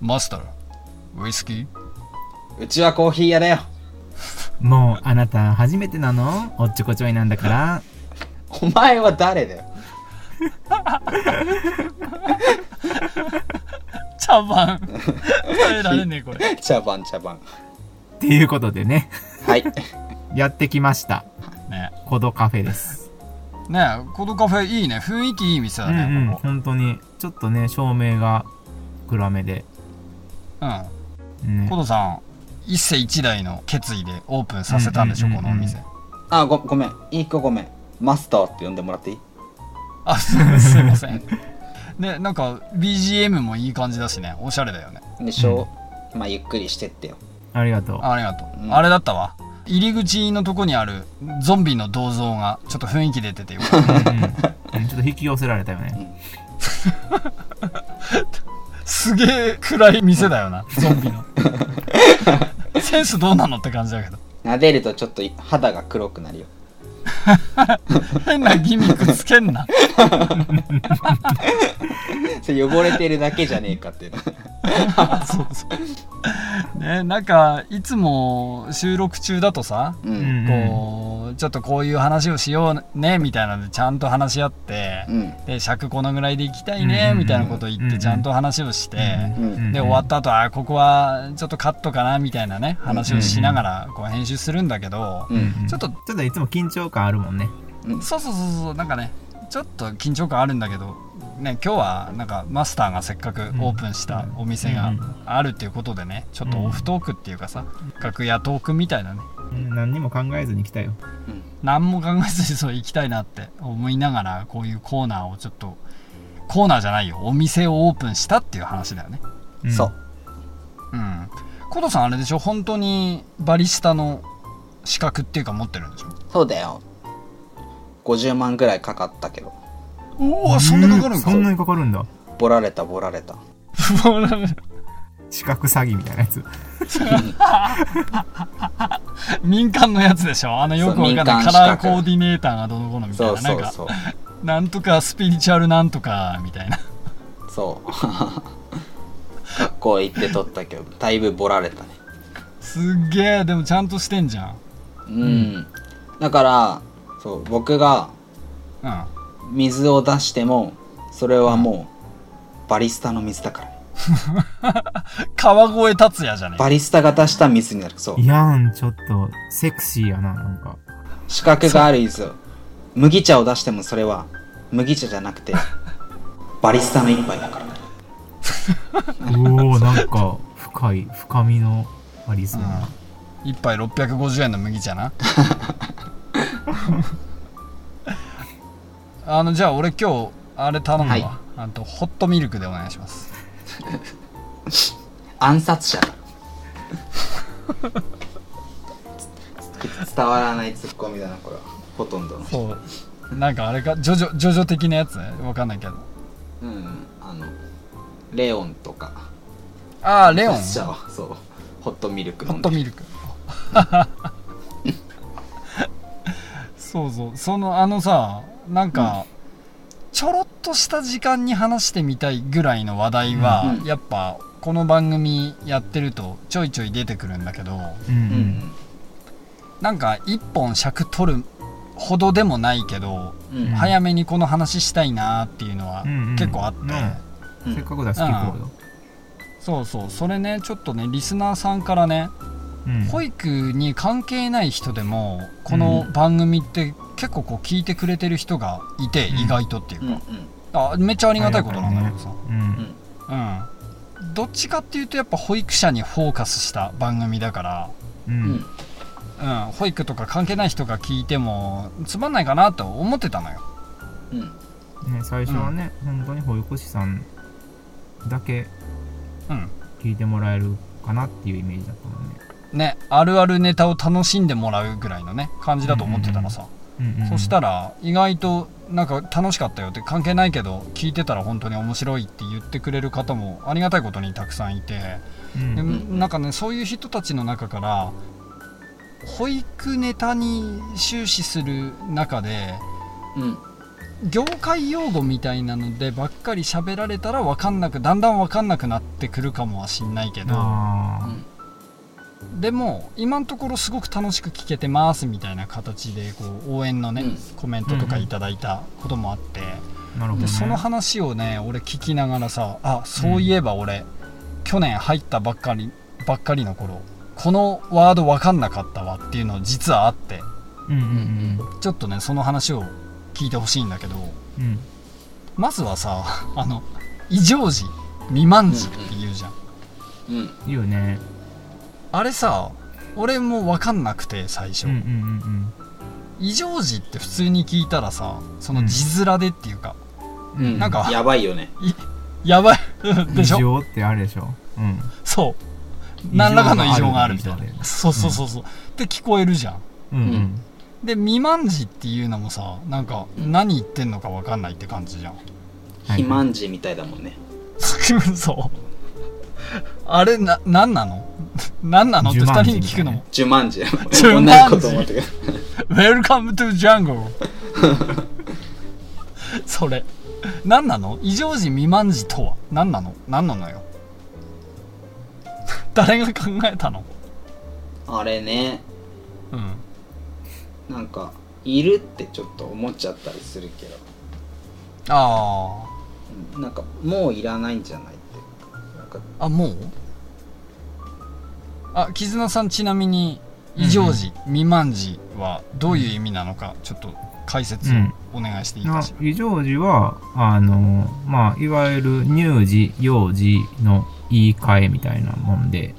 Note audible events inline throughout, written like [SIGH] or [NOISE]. マスター、ウイスキーうちはコーヒー屋だよ。もうあなた初めてなのおっちょこちょいなんだからお前は誰だよ。茶 [LAUGHS] 番耐えられねえこれ。茶番茶番。っていうことでねはい。やってきましたねコドカフェですえ、ねえこのカフェいいね。雰囲気いい店うだんうんね、ここ。本当にちょっとね照明が暗めで、うん。ねコ、ドさん、一世一代の決意でオープンさせたんでしょ、うんうんこうんのお店。あ、ごごめん。いい子ごめん。マスターって呼んでもらっていいあ、すすいません。ね、なんか BGM もいい感じだしね、おしゃれだよね。でしょ、まあゆっくりしてってよ。ありがとうありがとう。うんあれだったわ。入り口のとこにあるゾンビの銅像がちょっと雰囲気出ててよかっうんうんちょっと引き寄せられたよねたすげえ暗い店だよな、ゾンビ [LAUGHS] の。センスどうなのって感じだけど。撫でるとちょっと肌が黒くなるよ。 [LAUGHS] 変なギミックつけ [LAUGHS] んな。それ汚れてるだけじゃねえかっていうの。そうそう。ね、なんかいつも収録中だとさ、う。うんんうんこうちょっとこういう話をしようねみたいなのでちゃんと話し合ってう、ん。で尺このぐらいで行きたいうんうんねうんみたいなことを言っうんうてんちゃんと話をして、うんうんで終わった後あーここはちょっとカットかなみたいなね話をしながらこう編集するんだけど、うんうん。ちょっとちょっといつも緊張感あるもんねうんそうそうそうそうなんかねちょっと緊張感あるんだけど、ね、今日はなんかマスターがせっかくオープンしたお店があるっていうことでねちょっとオフトークっていうかさ楽屋トークみたいなねうん何にも考えずに来たよ何も考えずにそう行きたいなって思いながらこういうコーナーをちょっとコーナーじゃないよお店をオープンしたっていう話だよねうんそう。うんコトさんあれでしょ本当にバリスタの資格っていうか持ってるんでしょそうだよ。50万ぐらいかかったけど。おうおそんなかかるんそかんなにかかるんだボラれたボラれた。資格詐欺みたいなやつ民間のやつでしょあのよくわかんないそう民間資格カラーコーディネーターがどのこのみたいそなうそうなんそかう。なんとかスピリチュアルなんとかみたいなそう [LAUGHS] 学校行って撮ったけどだいぶボラれたねすっげえでもちゃんとしてんじゃんうん、だからそう僕がうん水を出してもそれはもうバリスタの水だからね川越達也じゃねえバリスタが出した水になるそういやんちょっとセクシーやななんか資格がある水を麦茶を出してもそれは麦茶じゃな [LAUGHS] くてバリスタの一杯だからうおーなんか深い深みのありそうな、一杯650円の麦茶 [LAUGHS] なあのじゃあ俺今日あれ頼むわ、はいあとホットミルクでお願いします暗殺者だ伝わらないツッコミだなこれはほとんどの人そうなんかあれかジョジョジョジョ的なやつねわかんないけどうんうんあのレオンとかああレオンよっしゃそうホットミルクホットミルクそうそうそのあのさなんか、ちょろっとした時間に話してみたいぐらいの話題は、うんやっぱこの番組やってるとちょいちょい出てくるんだけどうんううんんなんか一本尺取るほどでもないけど、うんうんは早めにこの話したいなっていうのはうんうん結構あって、ねうんせっかくだし聞こうよ、そうそうそれねちょっとねリスナーさんからねうん保育に関係ない人でもこの番組って結構こう聞いてくれてる人がいて、うん意外とっていううか、んうんあめっちゃありがたいことなんだけどさ、うんうん、どっちかっていうとやっぱ保育者にフォーカスした番組だかううんんら、うん、保育とか関係ない人が聞いてもつまんないかなと思ってたのようんね最初はね、本当に保育士さんだけうん聞いてもらえるかなっていうイメージだったもんねねあるあるネタを楽しんでもらうぐらいのね感じだと思ってたのさ、うんうんそしたら意外となんか楽しかったよって関係ないけど聞いてたら本当に面白いって言ってくれる方もありがたいことにたくさんいて、うんでうんんなんかねそういう人たちの中から保育ネタに終始する中でうん業界用語みたいなのでばっかり喋られたらわかんなくだんだんわかんなくなってくるかもはしんないけどあでも今のところすごく楽しく聞けてますみたいな形でこう応援のね、うんコメントとかうんうんいただいたこともあって、あなるほど、ね、でその話をね俺聞きながらさあそういえば俺、去年入ったばっかりばっかりの頃このワードわかんなかったわっていうの実はあってうんうんちょっとねその話を聞いてほしいんだけどうんうんまずはさ [LAUGHS] あの異常時未満時って言うじゃん、うんいいよねあれさ俺もわかんなくて最初、うんうんうん異常時って普通に聞いたらさその字面でっていうか、うんうんなんかやばいよねやばい [LAUGHS] で異しょ常ってあれでしょうんそう何らかの異常があるみたい異常があるみたいななそうそうそうそうって聞こえるじゃんうんううんで未満児っていうのもさなんか何言ってんのか分かんないって感じじゃんはい肥満児みたいだもんねそうあれな何なの [LAUGHS] 何なのって自2慢人児に聞くのも十万児10同万じ児こと思ってる「Welcome to Jungle 」それ何なの異常時未満児とは何なの何なのよ誰が考えたのあれねうんなんかいるってちょっと思っちゃったりするけど、あうんなんかもういらないんじゃないっていうかなんかーあもうあ絆さんちなみに異常時、未満時はどういう意味なのかちょっと解説をお願いしていいまかあしら、異常時はあのまあいわゆる乳児幼児の言い換えみたいなもんで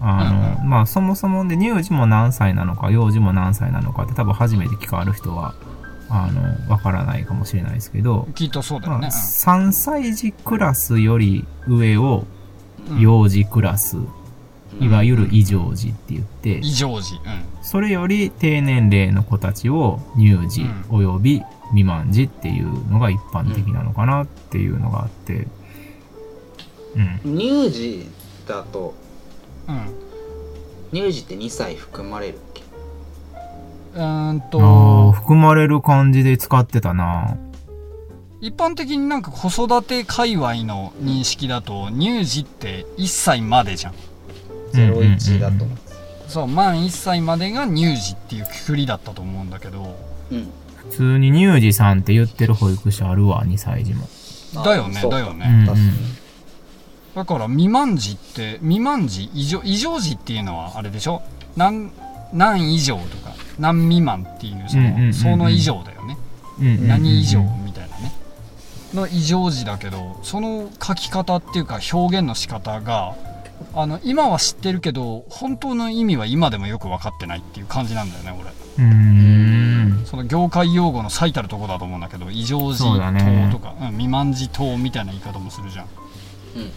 あの、まあそもそもで乳児も何歳なのか幼児も何歳なのかって多分初めて聞かある人はあのわからないかもしれないですけど、きっとそうだまよあ、ね、 3歳児クラスより上をうん幼児クラス、うんいわゆる異常児って言って、異常時うんそれより低年齢の子たちを乳児うんおよび未満児っていうのが一般的なのかなっていうのがあって、うん、乳児だとうん乳児って2歳含まれるっけうーんあーと含まれる感じで使ってたな一般的になんか子育て界隈の認識だと乳児って1歳までじゃん01だと思うそう満1歳までが乳児っていうくくりだったと思うんだけどうん普通に乳児さんって言ってる保育所あるわ2歳児もあだよねそうかだよね、うん確かにだから未満児って未満児異常異常児っていうのはあれでしょ何何以上とか何未満っていうその、うんうんうんうんその以上だよね、うんうんうんうん何以上みたいなねの異常児だけどその書き方っていうか表現の仕方があの今は知ってるけど本当の意味は今でもよく分かってないっていう感じなんだよね俺うーんその業界用語の最たるとこだと思うんだけど異常児等そうだねとか、うん、未満児等みたいな言い方もするじゃんうんうん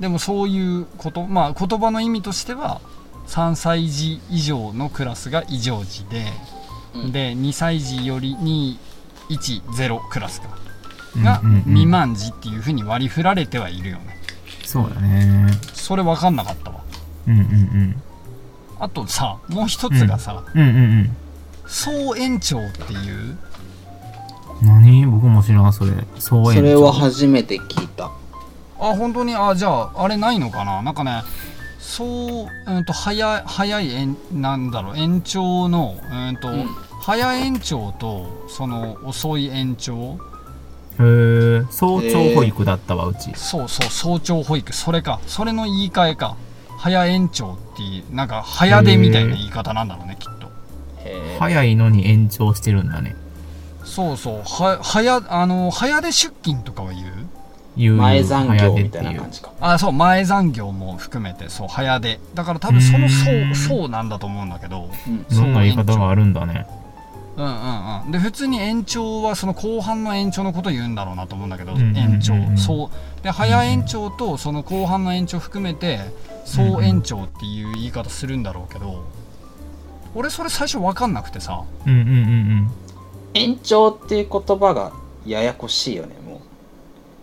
でもそういうことまあ言葉の意味としては3歳児以上のクラスが異常児で、うんで2歳児より210クラスかうんがうんうん未満児っていうふうに割り振られてはいるよねそうだねそれ分かんなかったわうんうんあとさもう一つがさ、うんうんうん総延長っていううん何僕も知らんそれそうそれは初めて聞いたあ本当にあじゃああれないのかななんかねそう、うん、と早い早い延なんだろう延長の、うんとうん早延長とその遅い延長へえ早朝保育だったわうちそうそう早朝保育それかそれの言い換えか早延長っていうなんか早出みたいな言い方なんだろうねきっとへー早いのに延長してるんだねそうそうは早あの早出出勤とかは言う言う前残業みた早い出ってないう感じかあそう前残業も含めてそう早出だから多分そのそううーんそうなんだと思うんだけどうんそんな言い方があるんだねうんうんうん、で普通に延長はその後半の延長のことを言うんだろうなと思うんだけど、うんうんうんうん延長そうで早延長とその後半の延長含めて総延長っていう言い方するんだろうけど俺それ最初分かんなくてさうんうんうん延長っていう言葉がややこしいよねもう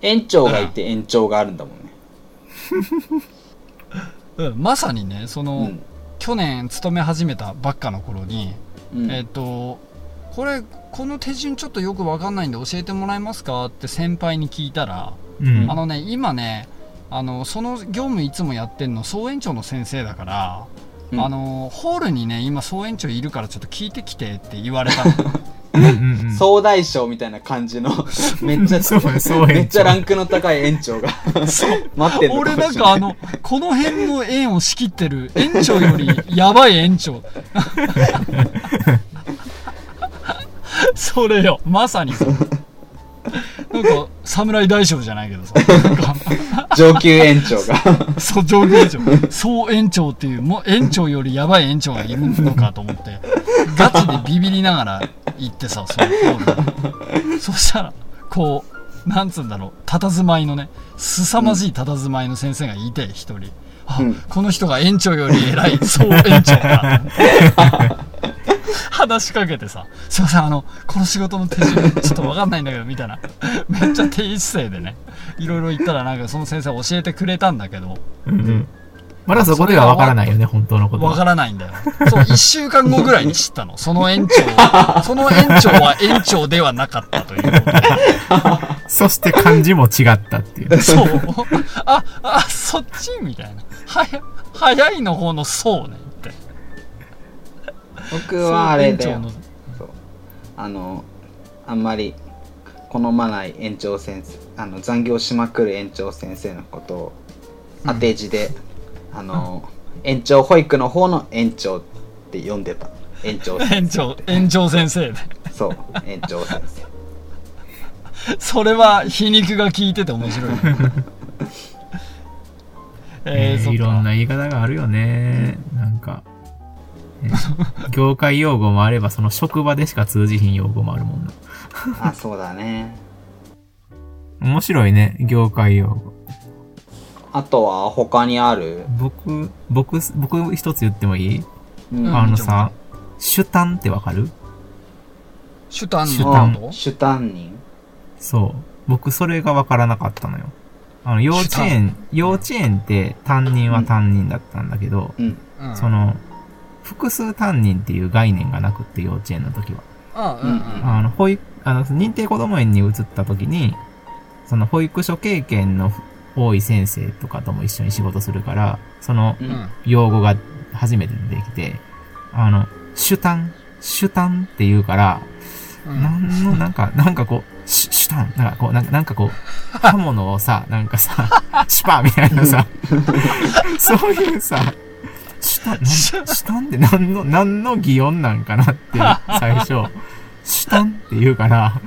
延長がいて延長があるんだもんねまさにねその、うん去年勤め始めたばっかの頃に、うんえっ、とこれこの手順ちょっとよくわかんないんで教えてもらえますかって先輩に聞いたら、うんあのね今ねあのその業務いつもやってんの総園長の先生だから、うんあのホールにね今総園長いるからちょっと聞いてきてって言われたのうんうんうん総大将みたいな感じのめっちゃそうね総園長めっちゃランクの高い園長が [LAUGHS] 待ってんの俺もなんしれかあのこの辺の園を仕切ってる園長より [LAUGHS] やばい園長 [LAUGHS] それよまさにそうなんか侍大将じゃないけどさなんか上級園長が [LAUGHS] そう上級園長総園長っていうもう園長よりやばい園長がいるのかと思ってガチでビビりながら行ってさそのホールにそしたらこうなんつうんだろう佇まいのね凄まじい佇まいの先生がいて一人、あうんこの人が園長より偉い総園長 [LAUGHS] だと思って話しかけてさ「すいませんあのこの仕事の手順ちょっと分かんないんだけど」みたいなめっちゃ低姿勢でねいろいろ言ったらなんかその先生教えてくれたんだけどうんうんまだそこではわからないよね、本当のことわは。からないんだよ。そう、1週間後ぐらいに知ったの。その園 [LAUGHS] 長、その園長は園長ではなかったということで。そして漢字も違ったって [LAUGHS] いう。そう。あ、あ、そっちみたいな。はや、早いの方のそうねって。僕はあれだよ園長のそうあのあんまり好まない園長先生あの残業しまくる園長先生のことを当て字で、あの園長保育の方の園長って呼んでた園長 [LAUGHS] 先園長、園長先生で。生そう園長先生それは皮肉が効いてて面 [LAUGHS] 白いね。えねー、そっかいろんな言い方があるよね。なんか、ね業界用語もあれば、その職場でしか通じひん用語もあるもんな。あそうだね面白いね、業界用語。あとは他にある、僕、僕、僕一つ言ってもいい、うんうんあのさ、主丹ってわかるシュタンシのュタンこと主担任そう。僕、それがわからなかったのよ。あの、幼稚園、幼稚園って担任は担任だったんだけど、うんうんその、複数担任っていう概念がなくって、幼稚園の時は。うんうんうん。あの、保育、あの、認定こども園に移った時に、その保育所経験の多い先生とかとも一緒に仕事するから、そのううんん。用語が初めて出てきて、あの、主担、主担って言うから、うんなんの、なんか、なんかこう、しシュタン、なんかこう、なんかなんかこう、刃物をさ、なんかさ、シュパーみたいなさ、そういうさ、シュタン、なんシュタンって何の、何の擬音なんかなって、最初、シュタンって言うから、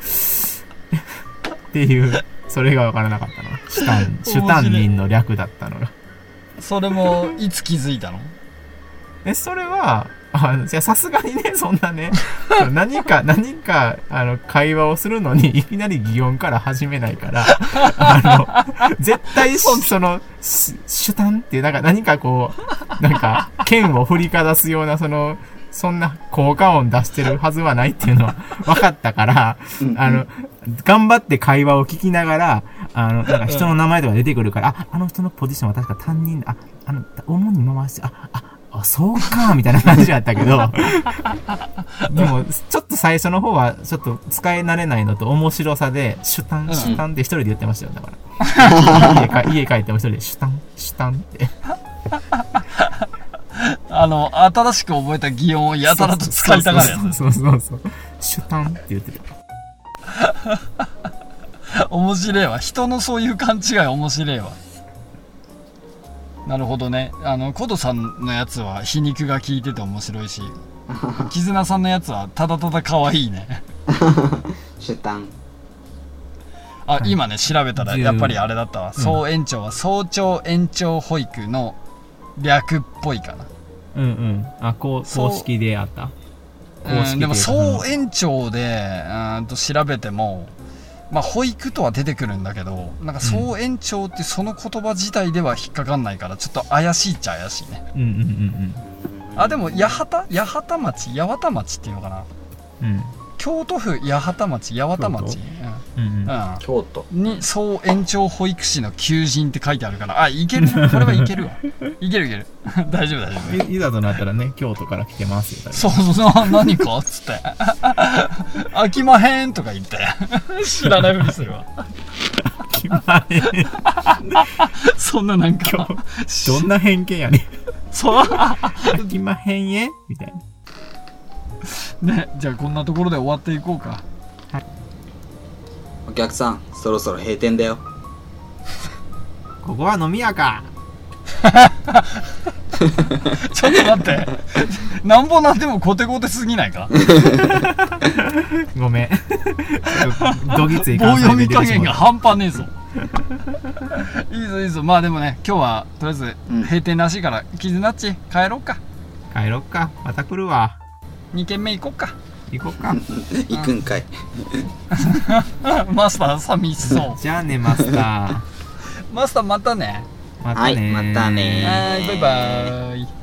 っていう、それがわからなかったの。シュタン、シュタン人の略だったのが。それも、いつ気づいたのえ、それは、あの、いや、さすがにね、 [LAUGHS] そんなね、何か、何か、あの、会話をするのに、 [LAUGHS] いきなり擬音から始めないから、 [LAUGHS] あの、絶対し、その、しシュタンっていう、なんか、何かこう、なんか、剣を振りかざすような、その、そんな効果音出してるはずはないっていうのは分かったから、あの、頑張って会話を聞きながら、あの、なんか人の名前とか出てくるから、あ、あの人のポジションは確か担任、あ、あの、主に回して、あ、あ、あ、そうか、みたいな感じだった [LAUGHS] けど、でも、ちょっと最初の方は、ちょっと使い慣れないのと面白さで、シュタうんン、シュタンって一人で言ってましたよ、だ [LAUGHS] から。家か家帰っても一人で、シュタン、シュタンって。あの、新しく覚えた擬音をやたらと使いたがるやつ。そうそうそうそうそう。シュタンって言ってた。面白いわ人のそういう勘違い面白いわなるほどねあのコトさんのやつは皮肉が効いてて面白いし絆さんのやつはただただ可愛いね主担あ、はい今ね調べたらやっぱりあれだったわうん総園長は早朝園長保育の略っぽいかなうんうん。あ、こう、そう公式であった。公う式ん、でも総え。延長でうーんと調べても、まあ、保育とは出てくるんだけどなんか総延長ってその言葉自体では引っかかんないからちょっと怪しいっちゃ怪しいねうんうんうんあでも八幡八幡町八幡町っていうのかなうん。うん。京都府八幡町八幡町京ううんうんう京都ん、に総延長保育士の求人って書いてあるからあいけるこれはいけるわいけるいけ [LAUGHS] る大丈夫大丈夫いいざとなったらね、京都から来てますよ。そうそうそう何かっつって「飽きまへん」とか言って知らないふりするわ決まれんそんななん今か日どんな偏見やねん。そう飽きまへんえみたいな。ねじゃあこんなところで終わっていこうかお客さんそろそろ閉店だよここは飲み屋か。ちょっと待ってなんぼなんでもコテコテすぎないかごめん。 [LAUGHS] どぎつい棒関読西み弁出て加し減まがっ半端ねえぞいいぞいいぞまあでもね今日はとりあえずうん閉店らしいからキズナッチ帰ろうかた。帰ろっか。また来るわ。 2軒目行こっか [LAUGHS] 行こっ [LAUGHS] か。行くんかいマスター寂しそうじゃあね、マスター。マスターまたねまたねー。はいまたねーはいバイバーイ